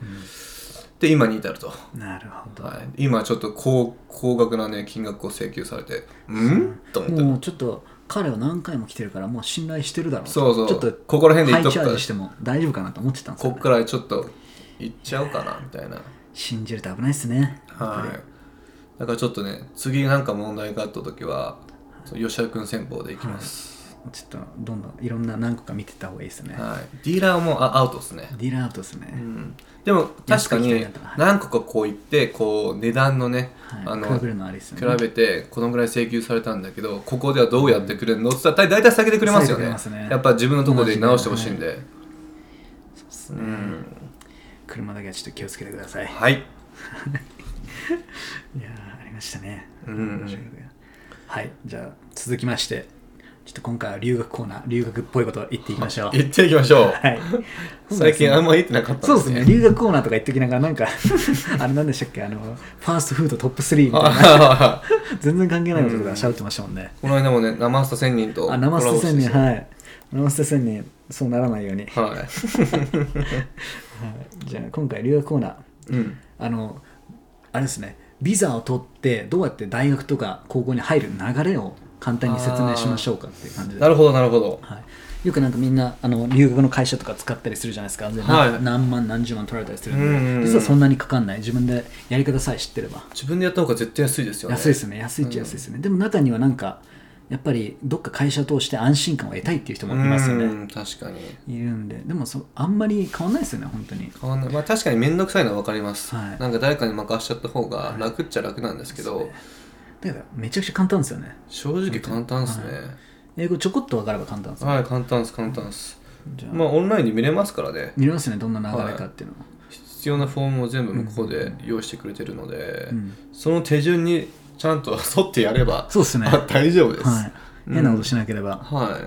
[SPEAKER 2] で今に至ると、
[SPEAKER 3] なるほど、
[SPEAKER 2] はい、今ちょっと高高額なね金額を請求されてうんと思って
[SPEAKER 3] もうちょっと彼は何回も来てるからもう信頼してるだろう
[SPEAKER 2] そうそう
[SPEAKER 3] ちょっと
[SPEAKER 2] ここら辺で言っと
[SPEAKER 3] ハ
[SPEAKER 2] く
[SPEAKER 3] イチ
[SPEAKER 2] か
[SPEAKER 3] ャ
[SPEAKER 2] ら
[SPEAKER 3] ージしても大丈夫かなと思ってたんです
[SPEAKER 2] こ
[SPEAKER 3] よ、
[SPEAKER 2] っ
[SPEAKER 3] ね、
[SPEAKER 2] からちょっと行っちゃおうかなみたいな
[SPEAKER 3] 信じると危ないですね
[SPEAKER 2] はい。だからちょっとね、次なんか問題があった時は、そう吉田君戦法でいきます。
[SPEAKER 3] ちょっとどんどんいろんな何個か見てった方がいいですね、
[SPEAKER 2] はい。ディーラーもあアウトですね。
[SPEAKER 3] ディーラーアウトですね、
[SPEAKER 2] うん。でも確か
[SPEAKER 3] 安く行き
[SPEAKER 2] に
[SPEAKER 3] たいなとはい
[SPEAKER 2] 何個かこう行って、こう値段のね、
[SPEAKER 3] はい、
[SPEAKER 2] あ
[SPEAKER 3] 比べる
[SPEAKER 2] の。
[SPEAKER 3] のありですよ
[SPEAKER 2] 比
[SPEAKER 3] ね
[SPEAKER 2] べてこのぐらい請求されたんだけどここではどうやってくれるのって言ったら大体下げてくれますよね
[SPEAKER 3] 下げてくれますね
[SPEAKER 2] やっぱ自分のところで直してほしいんで、うん
[SPEAKER 3] 車だけはちょっと気をつけてください、
[SPEAKER 2] はい、
[SPEAKER 3] い、やーありましたね、
[SPEAKER 2] うんうん、
[SPEAKER 3] はいじゃあ続きましてちょっと今回は留学コーナー留学っぽいこと言っていきましょう
[SPEAKER 2] 言っていきましょう、
[SPEAKER 3] はい
[SPEAKER 2] 最近あんま言ってなかった
[SPEAKER 3] そうですね、留学コーナーとか言ってきながら、なんか、 あれなんでしたっけ、あの、ファーストフードトップ3みたいな、
[SPEAKER 2] あ
[SPEAKER 3] 全然関係ないこととか喋ってましたもんね。
[SPEAKER 2] この間もね生スタ千人と
[SPEAKER 3] あ、生捨て
[SPEAKER 2] コラ
[SPEAKER 3] 千
[SPEAKER 2] ボ
[SPEAKER 3] 人、
[SPEAKER 2] して
[SPEAKER 3] はい。生捨て千人、そうならないように。はい、
[SPEAKER 2] はい
[SPEAKER 3] じゃあ、今回、留学コーナー、
[SPEAKER 2] うん、
[SPEAKER 3] あの、あれですね、ビザを取って、どうやって大学とか高校に入る流れを簡単に説明しましょうかっていう感じで
[SPEAKER 2] な。るほどなるほど
[SPEAKER 3] はい、よくなんかみんなあの留学の会社とか使ったりするじゃないですか、で
[SPEAKER 2] はい
[SPEAKER 3] な何万何十万取られたりするんで、
[SPEAKER 2] うんうんうん
[SPEAKER 3] 実はそんなにかかんない自分でやり方さえ知ってれば
[SPEAKER 2] 自分でやった方が絶対安いですよね
[SPEAKER 3] 安いですね安いっちゃ安いですね、でも中にはなんかやっぱりどっか会社通して安心感を得たいっていう人もいますよね、
[SPEAKER 2] うん確かに
[SPEAKER 3] いるんででもそあんまり変わんないですよね本当に
[SPEAKER 2] 変わんないまあ確かに面倒くさいのは分かります、
[SPEAKER 3] はい
[SPEAKER 2] なんか誰かに任しちゃった方が楽っちゃ楽なんですけど、
[SPEAKER 3] だからめちゃくちゃ簡単ですよね
[SPEAKER 2] 正直簡単ですね
[SPEAKER 3] 英語ちょこっと分かれば簡単ですよ、
[SPEAKER 2] はい、簡単です簡単です
[SPEAKER 3] じゃあ、
[SPEAKER 2] まあオンラインで見れますからね
[SPEAKER 3] 見れますよねどんな流れかっていうのは、
[SPEAKER 2] 必要なフォームを全部向こうで用意してくれてるので、
[SPEAKER 3] ん
[SPEAKER 2] その手順にちゃんと沿ってやれば
[SPEAKER 3] そうですね
[SPEAKER 2] あ 大丈夫です
[SPEAKER 3] はい、変なことしなければ、
[SPEAKER 2] は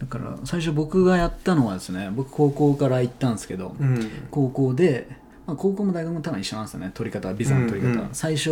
[SPEAKER 3] だから最初僕がやったのはですね僕高校から行ったんですけど、
[SPEAKER 2] い、うん
[SPEAKER 3] 高校で、まあ、高校も大学も多分一緒なんですよね取り方はビザの取り方は、
[SPEAKER 2] うんうん
[SPEAKER 3] 最初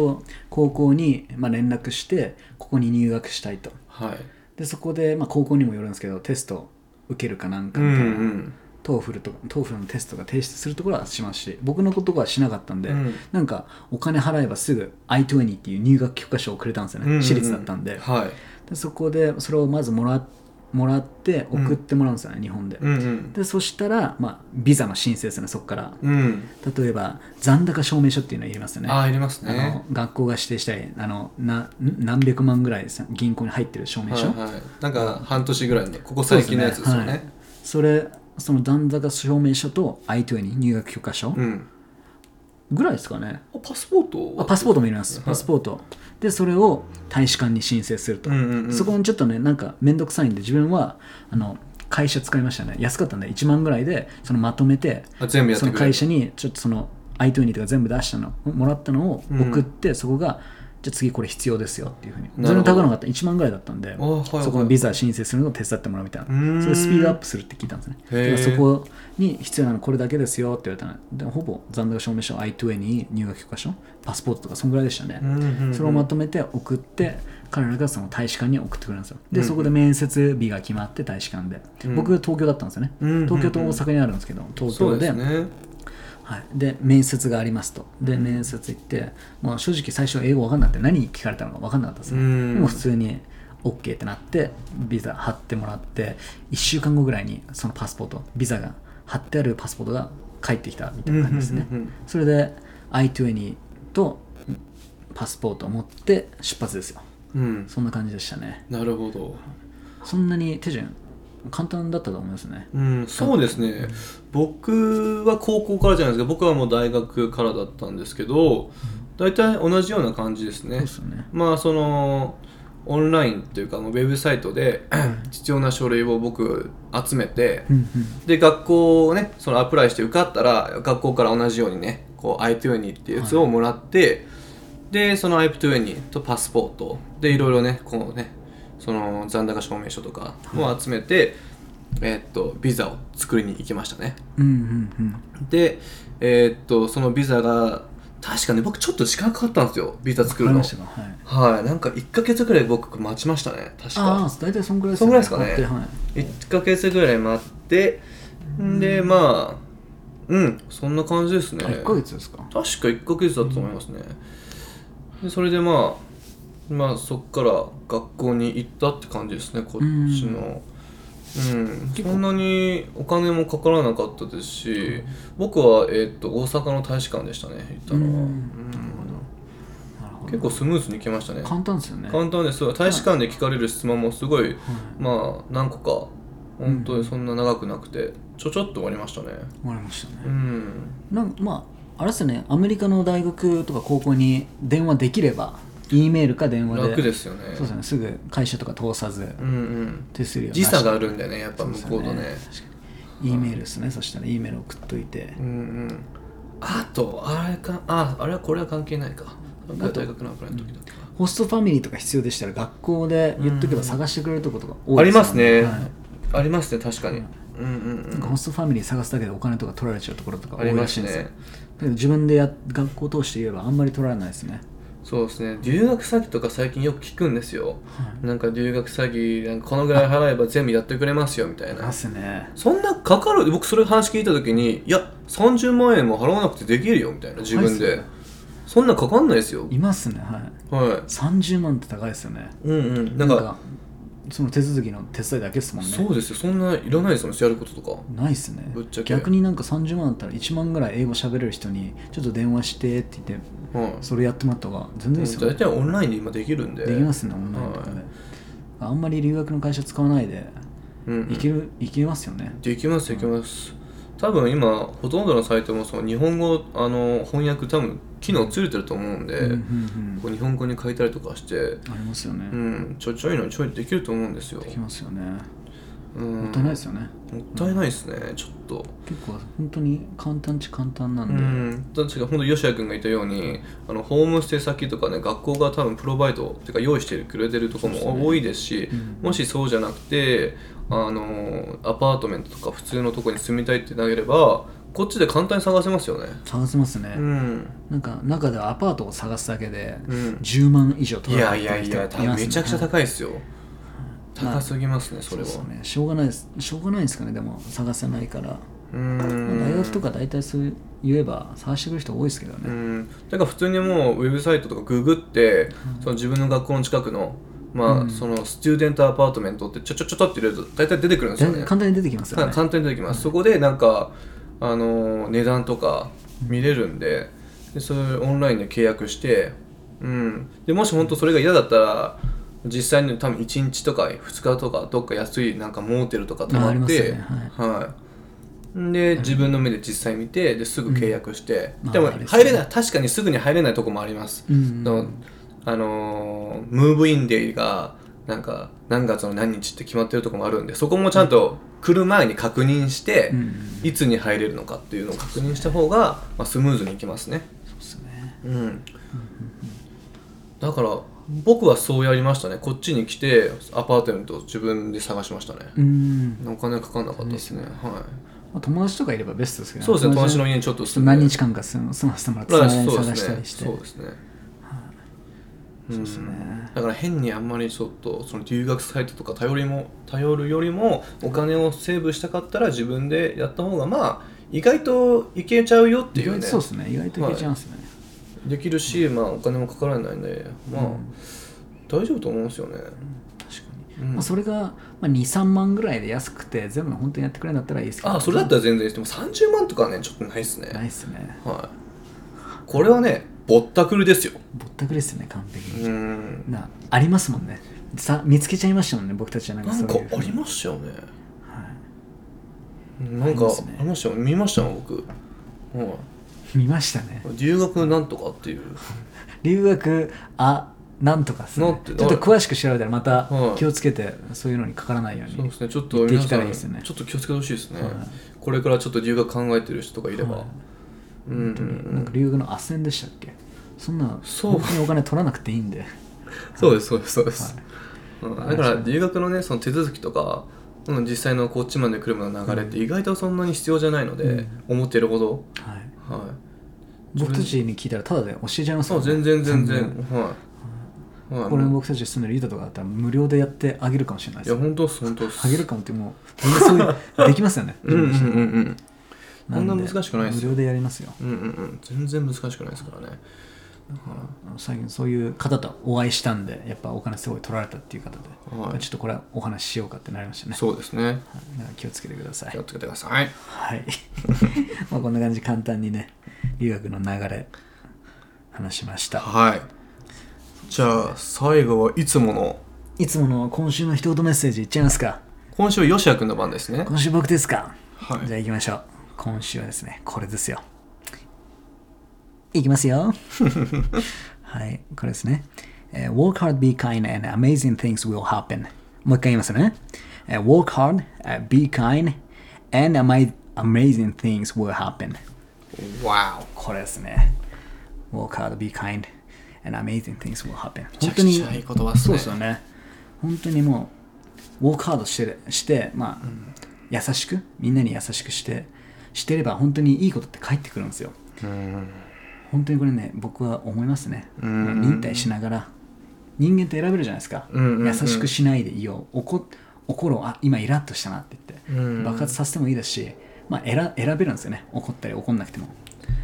[SPEAKER 3] 高校に、まあ、連絡してここに入学したいと
[SPEAKER 2] はい。
[SPEAKER 3] でそこで、まあ、高校にもよるんですけどテスト受けるかなんか
[SPEAKER 2] うん
[SPEAKER 3] みたいな、
[SPEAKER 2] うん。
[SPEAKER 3] トーフルとかトーフルのテストが提出するところはしますし僕のことはしなかったんで、
[SPEAKER 2] うん
[SPEAKER 3] なんかお金払えばすぐ I20 っていう入学許可証をくれたんですよね、
[SPEAKER 2] うんうん
[SPEAKER 3] 私立だったんで,、
[SPEAKER 2] はい。
[SPEAKER 3] でそこでそれをまずもらもらって送ってもらうんですよね、日本で、
[SPEAKER 2] うんうん。
[SPEAKER 3] でそしたら、まあ、ビザの申請ですねそこから
[SPEAKER 2] うん。
[SPEAKER 3] 例えば残高証明書っていうのを入れますよね
[SPEAKER 2] ああ、いります
[SPEAKER 3] あの
[SPEAKER 2] ね。
[SPEAKER 3] 学校が指定したりあのな何百万ぐらいさ銀行に入ってる証
[SPEAKER 2] はい
[SPEAKER 3] 明書、
[SPEAKER 2] はい。なんか半年ぐらいの、ここ
[SPEAKER 3] そう
[SPEAKER 2] 最近
[SPEAKER 3] ですね
[SPEAKER 2] のやつですよ
[SPEAKER 3] はい
[SPEAKER 2] ね。
[SPEAKER 3] それその残高証明書と I20 入学許可証
[SPEAKER 2] うん。
[SPEAKER 3] ぐらいですかね、
[SPEAKER 2] あパスポート
[SPEAKER 3] あパスポー
[SPEAKER 2] ト
[SPEAKER 3] トも入れますパスポート、でそれを大使館に申請すると、
[SPEAKER 2] うんうんうん
[SPEAKER 3] そこにちょっとねなんか面倒くさいんで自分はあの会社使いましたね安かったんで1万ぐらいでそのまとめて
[SPEAKER 2] あ全部やっ
[SPEAKER 3] そ
[SPEAKER 2] て
[SPEAKER 3] の
[SPEAKER 2] くれ
[SPEAKER 3] 会
[SPEAKER 2] る。
[SPEAKER 3] 社にちょっとその i20 とか全部出したのもらったのを送って、そこがじゃあ次これ必要ですよっていうふうに
[SPEAKER 2] ほど
[SPEAKER 3] 全然高くなかった1万ぐらいだったんで、
[SPEAKER 2] あはいはい
[SPEAKER 3] そこのビザ申請するのを手伝ってもらうみたい
[SPEAKER 2] ーん
[SPEAKER 3] なそれスピードアップするって聞いたんですね
[SPEAKER 2] へー
[SPEAKER 3] だからそこに必要なのこれだけですよって言われたのでほぼ残高証明書 i20 に入学許可証パスポートとかそんぐらいでしたね、
[SPEAKER 2] うんうんうん
[SPEAKER 3] それをまとめて送って彼らがその大使館に送ってくれるんですよでそこで面接日が決まって大使館で、僕が東京だったんですよね、
[SPEAKER 2] んうんうん
[SPEAKER 3] 東京と大阪にあるんですけど東
[SPEAKER 2] そ
[SPEAKER 3] 京
[SPEAKER 2] うで
[SPEAKER 3] です
[SPEAKER 2] ね。
[SPEAKER 3] はい、で面接がありますとで面接行って、もう正直最初英語分かんなくて何聞かれたのか分かんなかったですね、
[SPEAKER 2] うん
[SPEAKER 3] でも普通に OK ってなってビザ貼ってもらって1週間後ぐらいにそのパスポートビザが貼ってあるパスポートが返ってきたみたいな感じですね、
[SPEAKER 2] うんうんうんうん
[SPEAKER 3] それで I20 とパスポートを持って出発ですよ
[SPEAKER 2] うん。
[SPEAKER 3] そんな感じでしたね
[SPEAKER 2] なるほど。
[SPEAKER 3] そんなに手順簡単だったと思いますね
[SPEAKER 2] うん、そうですね、僕は高校からじゃないですか僕はもう大学からだったんですけど大体同じような感じですね
[SPEAKER 3] そうですよね
[SPEAKER 2] まあそのオンラインというかもうウェブサイトで 必要な書類を僕集めて、
[SPEAKER 3] うん
[SPEAKER 2] で学校をねそのアプライして受かったら学校から同じようにねこう I20 っていうやつをもらって、でその I20 とパスポートでいろいろねこうねその残高証明書とかを集めて、えーっとビザを作りに行きましたね
[SPEAKER 3] うんうんうんうん
[SPEAKER 2] でえーっとそのビザが確かね僕ちょっと時間かかったんですよビザ作
[SPEAKER 3] わ
[SPEAKER 2] る
[SPEAKER 3] かり
[SPEAKER 2] の
[SPEAKER 3] ましたかはい
[SPEAKER 2] はいなんか1ヶ月ぐらい僕待ちましたね確
[SPEAKER 3] あ
[SPEAKER 2] か
[SPEAKER 3] あ大体そんぐらい
[SPEAKER 2] そんぐらいですかね
[SPEAKER 3] 買ってはい
[SPEAKER 2] 1ヶ月ぐらい待ってんでまあうんそんな感じですね
[SPEAKER 3] あ1ヶ月ですか
[SPEAKER 2] 確か1ヶ月だったと思いますね、でそれでまあまあそっから学校に行ったって感じですねこっちのうん、そんなにお金もかからなかったですし僕は、えー、と大阪の大使館でしたね行ったのは、
[SPEAKER 3] うん
[SPEAKER 2] うん
[SPEAKER 3] なるほど
[SPEAKER 2] 結構スムーズに行きましたね
[SPEAKER 3] 簡単ですよね
[SPEAKER 2] 簡単ですそう大使館で聞かれる質問もすごい、まあ何個か本当にそんな長くなくてちょちょっと終わりましたね
[SPEAKER 3] わかりました
[SPEAKER 2] う
[SPEAKER 3] ね
[SPEAKER 2] ん
[SPEAKER 3] なんかまああれですねアメリカの大学とか高校に電話できれば E メールか電話で
[SPEAKER 2] 楽ですよね
[SPEAKER 3] そうですねすぐ会社とか通さず
[SPEAKER 2] うんうん
[SPEAKER 3] 手数料なし
[SPEAKER 2] 時差があるんだよねやっぱ向こうとね
[SPEAKER 3] ですよね確かに E メールですねそしたら E メール送っといて
[SPEAKER 2] うんうんあとあれかああれはこれは関係ないか
[SPEAKER 3] と
[SPEAKER 2] 大学のアプライの時だったか
[SPEAKER 3] ホストファミリーとか必要でしたら学校で言っとけば探してくれるとことが多
[SPEAKER 2] あ
[SPEAKER 3] い
[SPEAKER 2] り
[SPEAKER 3] で
[SPEAKER 2] ます
[SPEAKER 3] すよ
[SPEAKER 2] ね、
[SPEAKER 3] はい
[SPEAKER 2] ありますね確かに、うん、うんう
[SPEAKER 3] なん
[SPEAKER 2] ん
[SPEAKER 3] かホストファミリー探すだけでお金とか取られちゃうところとか多
[SPEAKER 2] あり
[SPEAKER 3] い
[SPEAKER 2] ま
[SPEAKER 3] らし
[SPEAKER 2] す
[SPEAKER 3] いんですよ、
[SPEAKER 2] ね
[SPEAKER 3] だけど自分でや学校通して言えばあんまり取られないですね
[SPEAKER 2] そうですね留学詐欺とか最近よく聞くんですよ、なんか留学詐欺なんかこのぐらい払えば全部やってくれますよみたいな
[SPEAKER 3] すね
[SPEAKER 2] そんなかかる僕それ話聞いた時にいや30万円も払わなくてできるよみたいな自分
[SPEAKER 3] はいっす
[SPEAKER 2] で
[SPEAKER 3] よね
[SPEAKER 2] そんなかかんないですよ
[SPEAKER 3] いますねはい
[SPEAKER 2] は
[SPEAKER 3] 30万って高いですよね
[SPEAKER 2] いうんうんなん
[SPEAKER 3] なん
[SPEAKER 2] か
[SPEAKER 3] かその手続きの手伝いだけですもんね
[SPEAKER 2] そうですよそんないらないですもんやることとか
[SPEAKER 3] ないっすね
[SPEAKER 2] ぶっちゃけ
[SPEAKER 3] 逆になんか30万だったら1万ぐらい英語喋れる人にちょっと電話してって言って
[SPEAKER 2] はい
[SPEAKER 3] それやってもらった方が全然いいですよ
[SPEAKER 2] 大
[SPEAKER 3] ね
[SPEAKER 2] 体オンラインで今できるんで
[SPEAKER 3] できますねオンラインとか
[SPEAKER 2] は
[SPEAKER 3] で、
[SPEAKER 2] い
[SPEAKER 3] あんまり留学の会社使わないで
[SPEAKER 2] うんうん
[SPEAKER 3] いける、いけますよね
[SPEAKER 2] できますできます多分今ほとんどのサイトもその日本語あの翻訳多分機能ついてると思うんで、
[SPEAKER 3] うんうんうん
[SPEAKER 2] こう日本語に書いたりとかして
[SPEAKER 3] ありますよね、
[SPEAKER 2] うんちょちょいのちょいできると思うんですよ
[SPEAKER 3] できますよね
[SPEAKER 2] うん
[SPEAKER 3] もったいないですよね、
[SPEAKER 2] もったいないですねちょっと
[SPEAKER 3] 結構本当に簡単っちゃ簡単なん
[SPEAKER 2] う
[SPEAKER 3] で、
[SPEAKER 2] ん、確か本当吉谷君が言ったようにあのホームステイ先とかね学校が多分プロバイドっていうか用意してくれてるところも多いですしもしそうじゃなくてあのアパートメントとか普通のとこに住みたいって投げればこっちで簡単に探せますよね
[SPEAKER 3] 探せますね、
[SPEAKER 2] うん、
[SPEAKER 3] なんか中ではアパートを探すだけで
[SPEAKER 2] うん、
[SPEAKER 3] 10万以上
[SPEAKER 2] い
[SPEAKER 3] 取ら
[SPEAKER 2] や
[SPEAKER 3] れ
[SPEAKER 2] い
[SPEAKER 3] て
[SPEAKER 2] や
[SPEAKER 3] る
[SPEAKER 2] い
[SPEAKER 3] 人
[SPEAKER 2] や
[SPEAKER 3] ますね
[SPEAKER 2] めちゃくちゃ
[SPEAKER 3] はい
[SPEAKER 2] 高いですよ
[SPEAKER 3] まあ
[SPEAKER 2] 高すぎますねそ
[SPEAKER 3] そう
[SPEAKER 2] れ
[SPEAKER 3] で
[SPEAKER 2] は
[SPEAKER 3] すねしょうがないですしょうがないですかねでも探せないから、
[SPEAKER 2] う
[SPEAKER 3] 大
[SPEAKER 2] ん
[SPEAKER 3] 学とか大体そう言えば探してくる人多いですけど
[SPEAKER 2] う
[SPEAKER 3] ね、
[SPEAKER 2] ん、だから普通にもうウェブサイトとかググって、その自分の学校の近くの,、まあそのスチューデントアパートメントってちょちょちょちょって入れると大体出てくるんです
[SPEAKER 3] だ
[SPEAKER 2] よ
[SPEAKER 3] い
[SPEAKER 2] ね
[SPEAKER 3] 簡単に出てきますよ
[SPEAKER 2] か
[SPEAKER 3] ね
[SPEAKER 2] 簡単に出てきます、そこでなんか、あのー値段とか見れるんででそれオンラインで契約して、うん、でもし本当それが嫌だったら実際に多分1日とか2日とかどっか安いなんかモーテルとか泊
[SPEAKER 3] ああり
[SPEAKER 2] まっ
[SPEAKER 3] ます
[SPEAKER 2] て、
[SPEAKER 3] よね
[SPEAKER 2] はいで自分の目で実際見てですぐ契約して、
[SPEAKER 3] うん
[SPEAKER 2] でも
[SPEAKER 3] まああれですね
[SPEAKER 2] 入れない確かにすぐに入れないとこもあります、
[SPEAKER 3] うん
[SPEAKER 2] のあのームーブインデイがなんか何月の何日って決まってるとこもあるんでそこもちゃんと来る前に確認して、
[SPEAKER 3] うんうん
[SPEAKER 2] いつに入れるのかっていうのを確認した方が、まあ、スムーズにいきますね
[SPEAKER 3] そうですね
[SPEAKER 2] うんだから僕はそうやりましたねこっちに来てアパートメントを自分で探しましたね、
[SPEAKER 3] うん、
[SPEAKER 2] お金かかんなかったですねは
[SPEAKER 3] まあ、友達とかいればベストですけ
[SPEAKER 2] い
[SPEAKER 3] ど
[SPEAKER 2] そうですね友達の
[SPEAKER 3] ち
[SPEAKER 2] 家にちょっと
[SPEAKER 3] ょっと何日間か住む住ませてもらって
[SPEAKER 2] まあ
[SPEAKER 3] そ
[SPEAKER 2] そ
[SPEAKER 3] の間
[SPEAKER 2] う
[SPEAKER 3] に
[SPEAKER 2] で
[SPEAKER 3] 探し
[SPEAKER 2] す
[SPEAKER 3] た
[SPEAKER 2] ね
[SPEAKER 3] りして
[SPEAKER 2] そうですね
[SPEAKER 3] そうですね
[SPEAKER 2] だから変にあんまりちょっとその留学サイトとか頼りも頼るよりもお金をセーブしたかったら自分でやった方がまあ意外といけちゃうよって
[SPEAKER 3] 意
[SPEAKER 2] いうね
[SPEAKER 3] 外とそうですね意外といけちゃいますね、
[SPEAKER 2] できるし、まあ、お金もかからないんで、まあ、大丈夫と思うんですよね。
[SPEAKER 3] 確かに、
[SPEAKER 2] うん
[SPEAKER 3] まあ、それが、まあ、23万ぐらいで安くて全部本当にやってくれるんだったらいいですけど
[SPEAKER 2] あ、それだったら全然いいです。でも30万とかはね、ちょっとないです
[SPEAKER 3] ない
[SPEAKER 2] ね。
[SPEAKER 3] ですね
[SPEAKER 2] はい。これはね、ぼったくりですよ。
[SPEAKER 3] ぼったくりですね完璧
[SPEAKER 2] う
[SPEAKER 3] に、
[SPEAKER 2] ん。
[SPEAKER 3] なありますもんねさ見つけちゃいましたもんね僕たちはなんか
[SPEAKER 2] な
[SPEAKER 3] そ
[SPEAKER 2] ん
[SPEAKER 3] う
[SPEAKER 2] か
[SPEAKER 3] いう
[SPEAKER 2] ありましたよね。
[SPEAKER 3] は
[SPEAKER 2] なんか
[SPEAKER 3] ありますね
[SPEAKER 2] ありましたよね。見ましたよ、僕。はい
[SPEAKER 3] 見ましたね
[SPEAKER 2] 留学なんとかっていう。
[SPEAKER 3] 留学あなんとかっすね
[SPEAKER 2] なんて
[SPEAKER 3] ちょっと詳しく調べたらまた
[SPEAKER 2] はい
[SPEAKER 3] 気をつけてそういうのにかからないように
[SPEAKER 2] そうですね、ちょっと
[SPEAKER 3] 言って
[SPEAKER 2] 皆
[SPEAKER 3] き
[SPEAKER 2] さ
[SPEAKER 3] たら
[SPEAKER 2] ん、
[SPEAKER 3] いいですよね
[SPEAKER 2] ちょっと気をつけてほしいですね。これからちょっと留学考えてる人とかいれば。うんうんうん。
[SPEAKER 3] なんか留学の斡旋でしたっけそんな
[SPEAKER 2] そう
[SPEAKER 3] 本当にお金取らなくていいんで
[SPEAKER 2] そうですそうですそうです、うん、だか
[SPEAKER 3] あ
[SPEAKER 2] ら
[SPEAKER 3] そう
[SPEAKER 2] 留学のねその手続きとか、うん、実際のこっちまで来るまでの流れって意外とそんなに必要じゃないので、思っているほど、
[SPEAKER 3] はい
[SPEAKER 2] は
[SPEAKER 3] 僕たちに聞いたらただで教えちゃいます
[SPEAKER 2] そう
[SPEAKER 3] よ
[SPEAKER 2] 全然全然
[SPEAKER 3] 全
[SPEAKER 2] はい、はい、
[SPEAKER 3] これ僕たち住んでるユタとかだったら無料でやってあげるかもしれない
[SPEAKER 2] い
[SPEAKER 3] で
[SPEAKER 2] や
[SPEAKER 3] す
[SPEAKER 2] 本当っす本当っす
[SPEAKER 3] あげるかもってもうみんなそういうできますよね
[SPEAKER 2] うんうんうんうん
[SPEAKER 3] なで
[SPEAKER 2] こんな難しくないですよ
[SPEAKER 3] 無料でやりますよ
[SPEAKER 2] うんうんうん全然難しくないですからね
[SPEAKER 3] 最近そういう方とお会いしたんでやっぱお金すごい取られたっていう方で、
[SPEAKER 2] はい
[SPEAKER 3] ちょっとこれはお話ししようかってなりましたね
[SPEAKER 2] そうですね
[SPEAKER 3] だから気をつけてくださ
[SPEAKER 2] 気
[SPEAKER 3] い
[SPEAKER 2] をつけてください
[SPEAKER 3] はい まあこんな感じ簡単にね留学の流れ話しました
[SPEAKER 2] はいじゃあ最後はいつもの
[SPEAKER 3] いつもの今週の一言メッセージいっちゃいますか
[SPEAKER 2] 今週はよしやくんの番ですね
[SPEAKER 3] 今週僕ですか、
[SPEAKER 2] はい
[SPEAKER 3] じゃあ行きましょう今週はですねこれですよいきま すよはいこれですね、えー Work hard, be kind and amazing things will happen もう一回言いますね、えー Work hard,、be kind and ama- amazing things will happen
[SPEAKER 2] Wow
[SPEAKER 3] これですね Work hard, be kind and amazing things will happen
[SPEAKER 2] めちゃくちゃいい言葉っすね
[SPEAKER 3] そうですよね本当にもうウォークハードしてるしてまあ、優しくみんなに優しくしてしてれば本当にいいことって返ってくるんですよ本当にこれね僕は思いますね忍耐しながら人間って選べるじゃないですか、
[SPEAKER 2] んうんうん
[SPEAKER 3] 優しくしないでいいよ怒怒ろうあ今イラッとしたなって言って、爆発させてもいいですし、まあ、選選べるんですよね怒ったり怒んなくても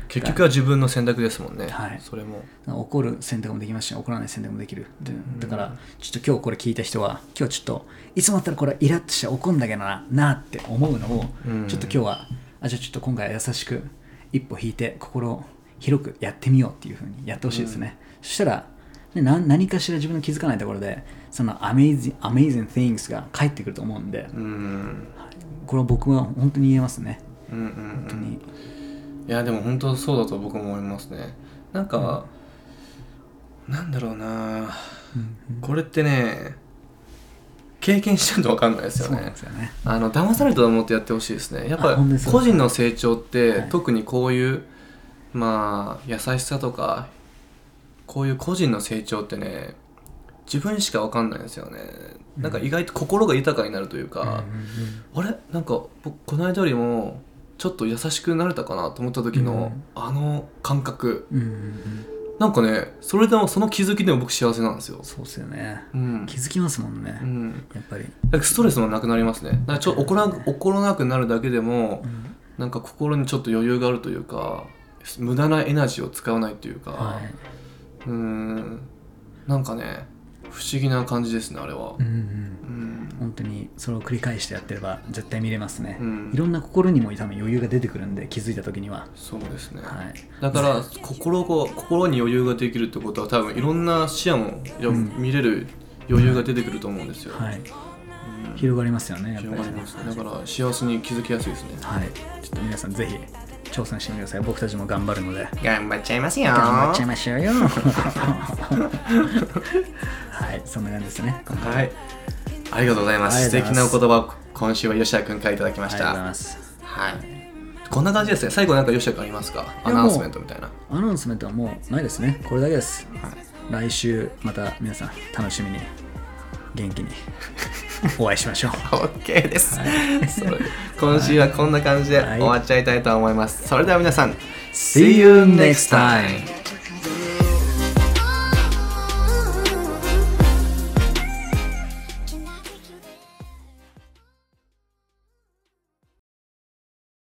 [SPEAKER 2] 結局は自分の選択ですもんね
[SPEAKER 3] はい
[SPEAKER 2] それも
[SPEAKER 3] 怒る選択もできますし怒らない選択もできるでだからちょっと今日これ聞いた人は今日ちょっといつもだったらこれイラッとして怒んだけどななあって思うのをちょっと今日はあじゃあちょっと今回は優しく一歩引いて心を広くやってみようっていうふうにやってほしいですね、そしたら、ね、な何かしら自分の気づかないところでその Amazing, amazing Things が返ってくると思うんで、
[SPEAKER 2] うん
[SPEAKER 3] これは僕は本当に言えますね
[SPEAKER 2] うんうん
[SPEAKER 3] 本当に
[SPEAKER 2] いやでも本当そうだと僕も思いますねなんか、なんだろうな、これってね経験しないと分かんないですよ
[SPEAKER 3] そうなん
[SPEAKER 2] ね
[SPEAKER 3] ですよね
[SPEAKER 2] あの騙されたと思ってやってほしいですねやっ
[SPEAKER 3] あ
[SPEAKER 2] ぱ
[SPEAKER 3] 本当にそう
[SPEAKER 2] 個人の成長って、
[SPEAKER 3] はい
[SPEAKER 2] 特にこういうまあ優しさとかこういう個人の成長ってね自分しか分かんないですよね、なんか意外と心が豊かになるというか、あれなんか僕この間よりもちょっと優しくなれたかなと思った時の、
[SPEAKER 3] うん
[SPEAKER 2] あの感覚
[SPEAKER 3] うんうんうん
[SPEAKER 2] なんかねそれでもその気づきでも僕幸せなんですよ、
[SPEAKER 3] そうですよね
[SPEAKER 2] うん
[SPEAKER 3] 気づきますもんね、
[SPEAKER 2] うん、
[SPEAKER 3] やっぱり
[SPEAKER 2] だからストレスもなくなりますねだからちょっと怒ら怒らなくなるだけでも、なんか心にちょっと余裕があるというか無駄なエナジーを使わないというか、
[SPEAKER 3] はい、
[SPEAKER 2] うんなんかね不思議な感じですねあれは
[SPEAKER 3] うんうん、
[SPEAKER 2] うん
[SPEAKER 3] 本当にそれを繰り返してやってれば絶対見れますね、
[SPEAKER 2] うん
[SPEAKER 3] いろんな心にも多分余裕が出てくるんで気づいた時には
[SPEAKER 2] そうですね、
[SPEAKER 3] はい
[SPEAKER 2] だから心こう心に余裕ができるってことは多分いろんな視野もいや見れる余裕が出てくると思うんですよ、
[SPEAKER 3] はい、広がりますよねやっぱり
[SPEAKER 2] 広がりますねだから幸せに気づきやすいですね
[SPEAKER 3] はいちょっと皆さんぜひ挑戦してみてください僕たちも頑張るので
[SPEAKER 2] 頑張っちゃいますよ
[SPEAKER 3] 頑張っちゃいましょ うよはいそんな感じですねあ
[SPEAKER 2] はい。ありがとうございます。
[SPEAKER 3] あ
[SPEAKER 2] 素
[SPEAKER 3] りが
[SPEAKER 2] 敵
[SPEAKER 3] とうござい
[SPEAKER 2] な
[SPEAKER 3] ま
[SPEAKER 2] お
[SPEAKER 3] す
[SPEAKER 2] 言葉を今週は吉田君からいただきま
[SPEAKER 3] り
[SPEAKER 2] し
[SPEAKER 3] がとうござい
[SPEAKER 2] た。
[SPEAKER 3] ます
[SPEAKER 2] はい。こんな感じですね。最後なんか吉田君ありますか
[SPEAKER 3] い
[SPEAKER 2] ア
[SPEAKER 3] や
[SPEAKER 2] ナ
[SPEAKER 3] もう
[SPEAKER 2] ウンスメントみたいな。
[SPEAKER 3] アナウンスメントはもうないですねこれだけです、
[SPEAKER 2] はい
[SPEAKER 3] 来週また皆さん楽しみに元 気にお会いしましょう
[SPEAKER 2] OK です。 それで今週はこんな感じで
[SPEAKER 3] はい
[SPEAKER 2] 終わっちゃいたいと思います。それでは皆さん、
[SPEAKER 3] See you next time.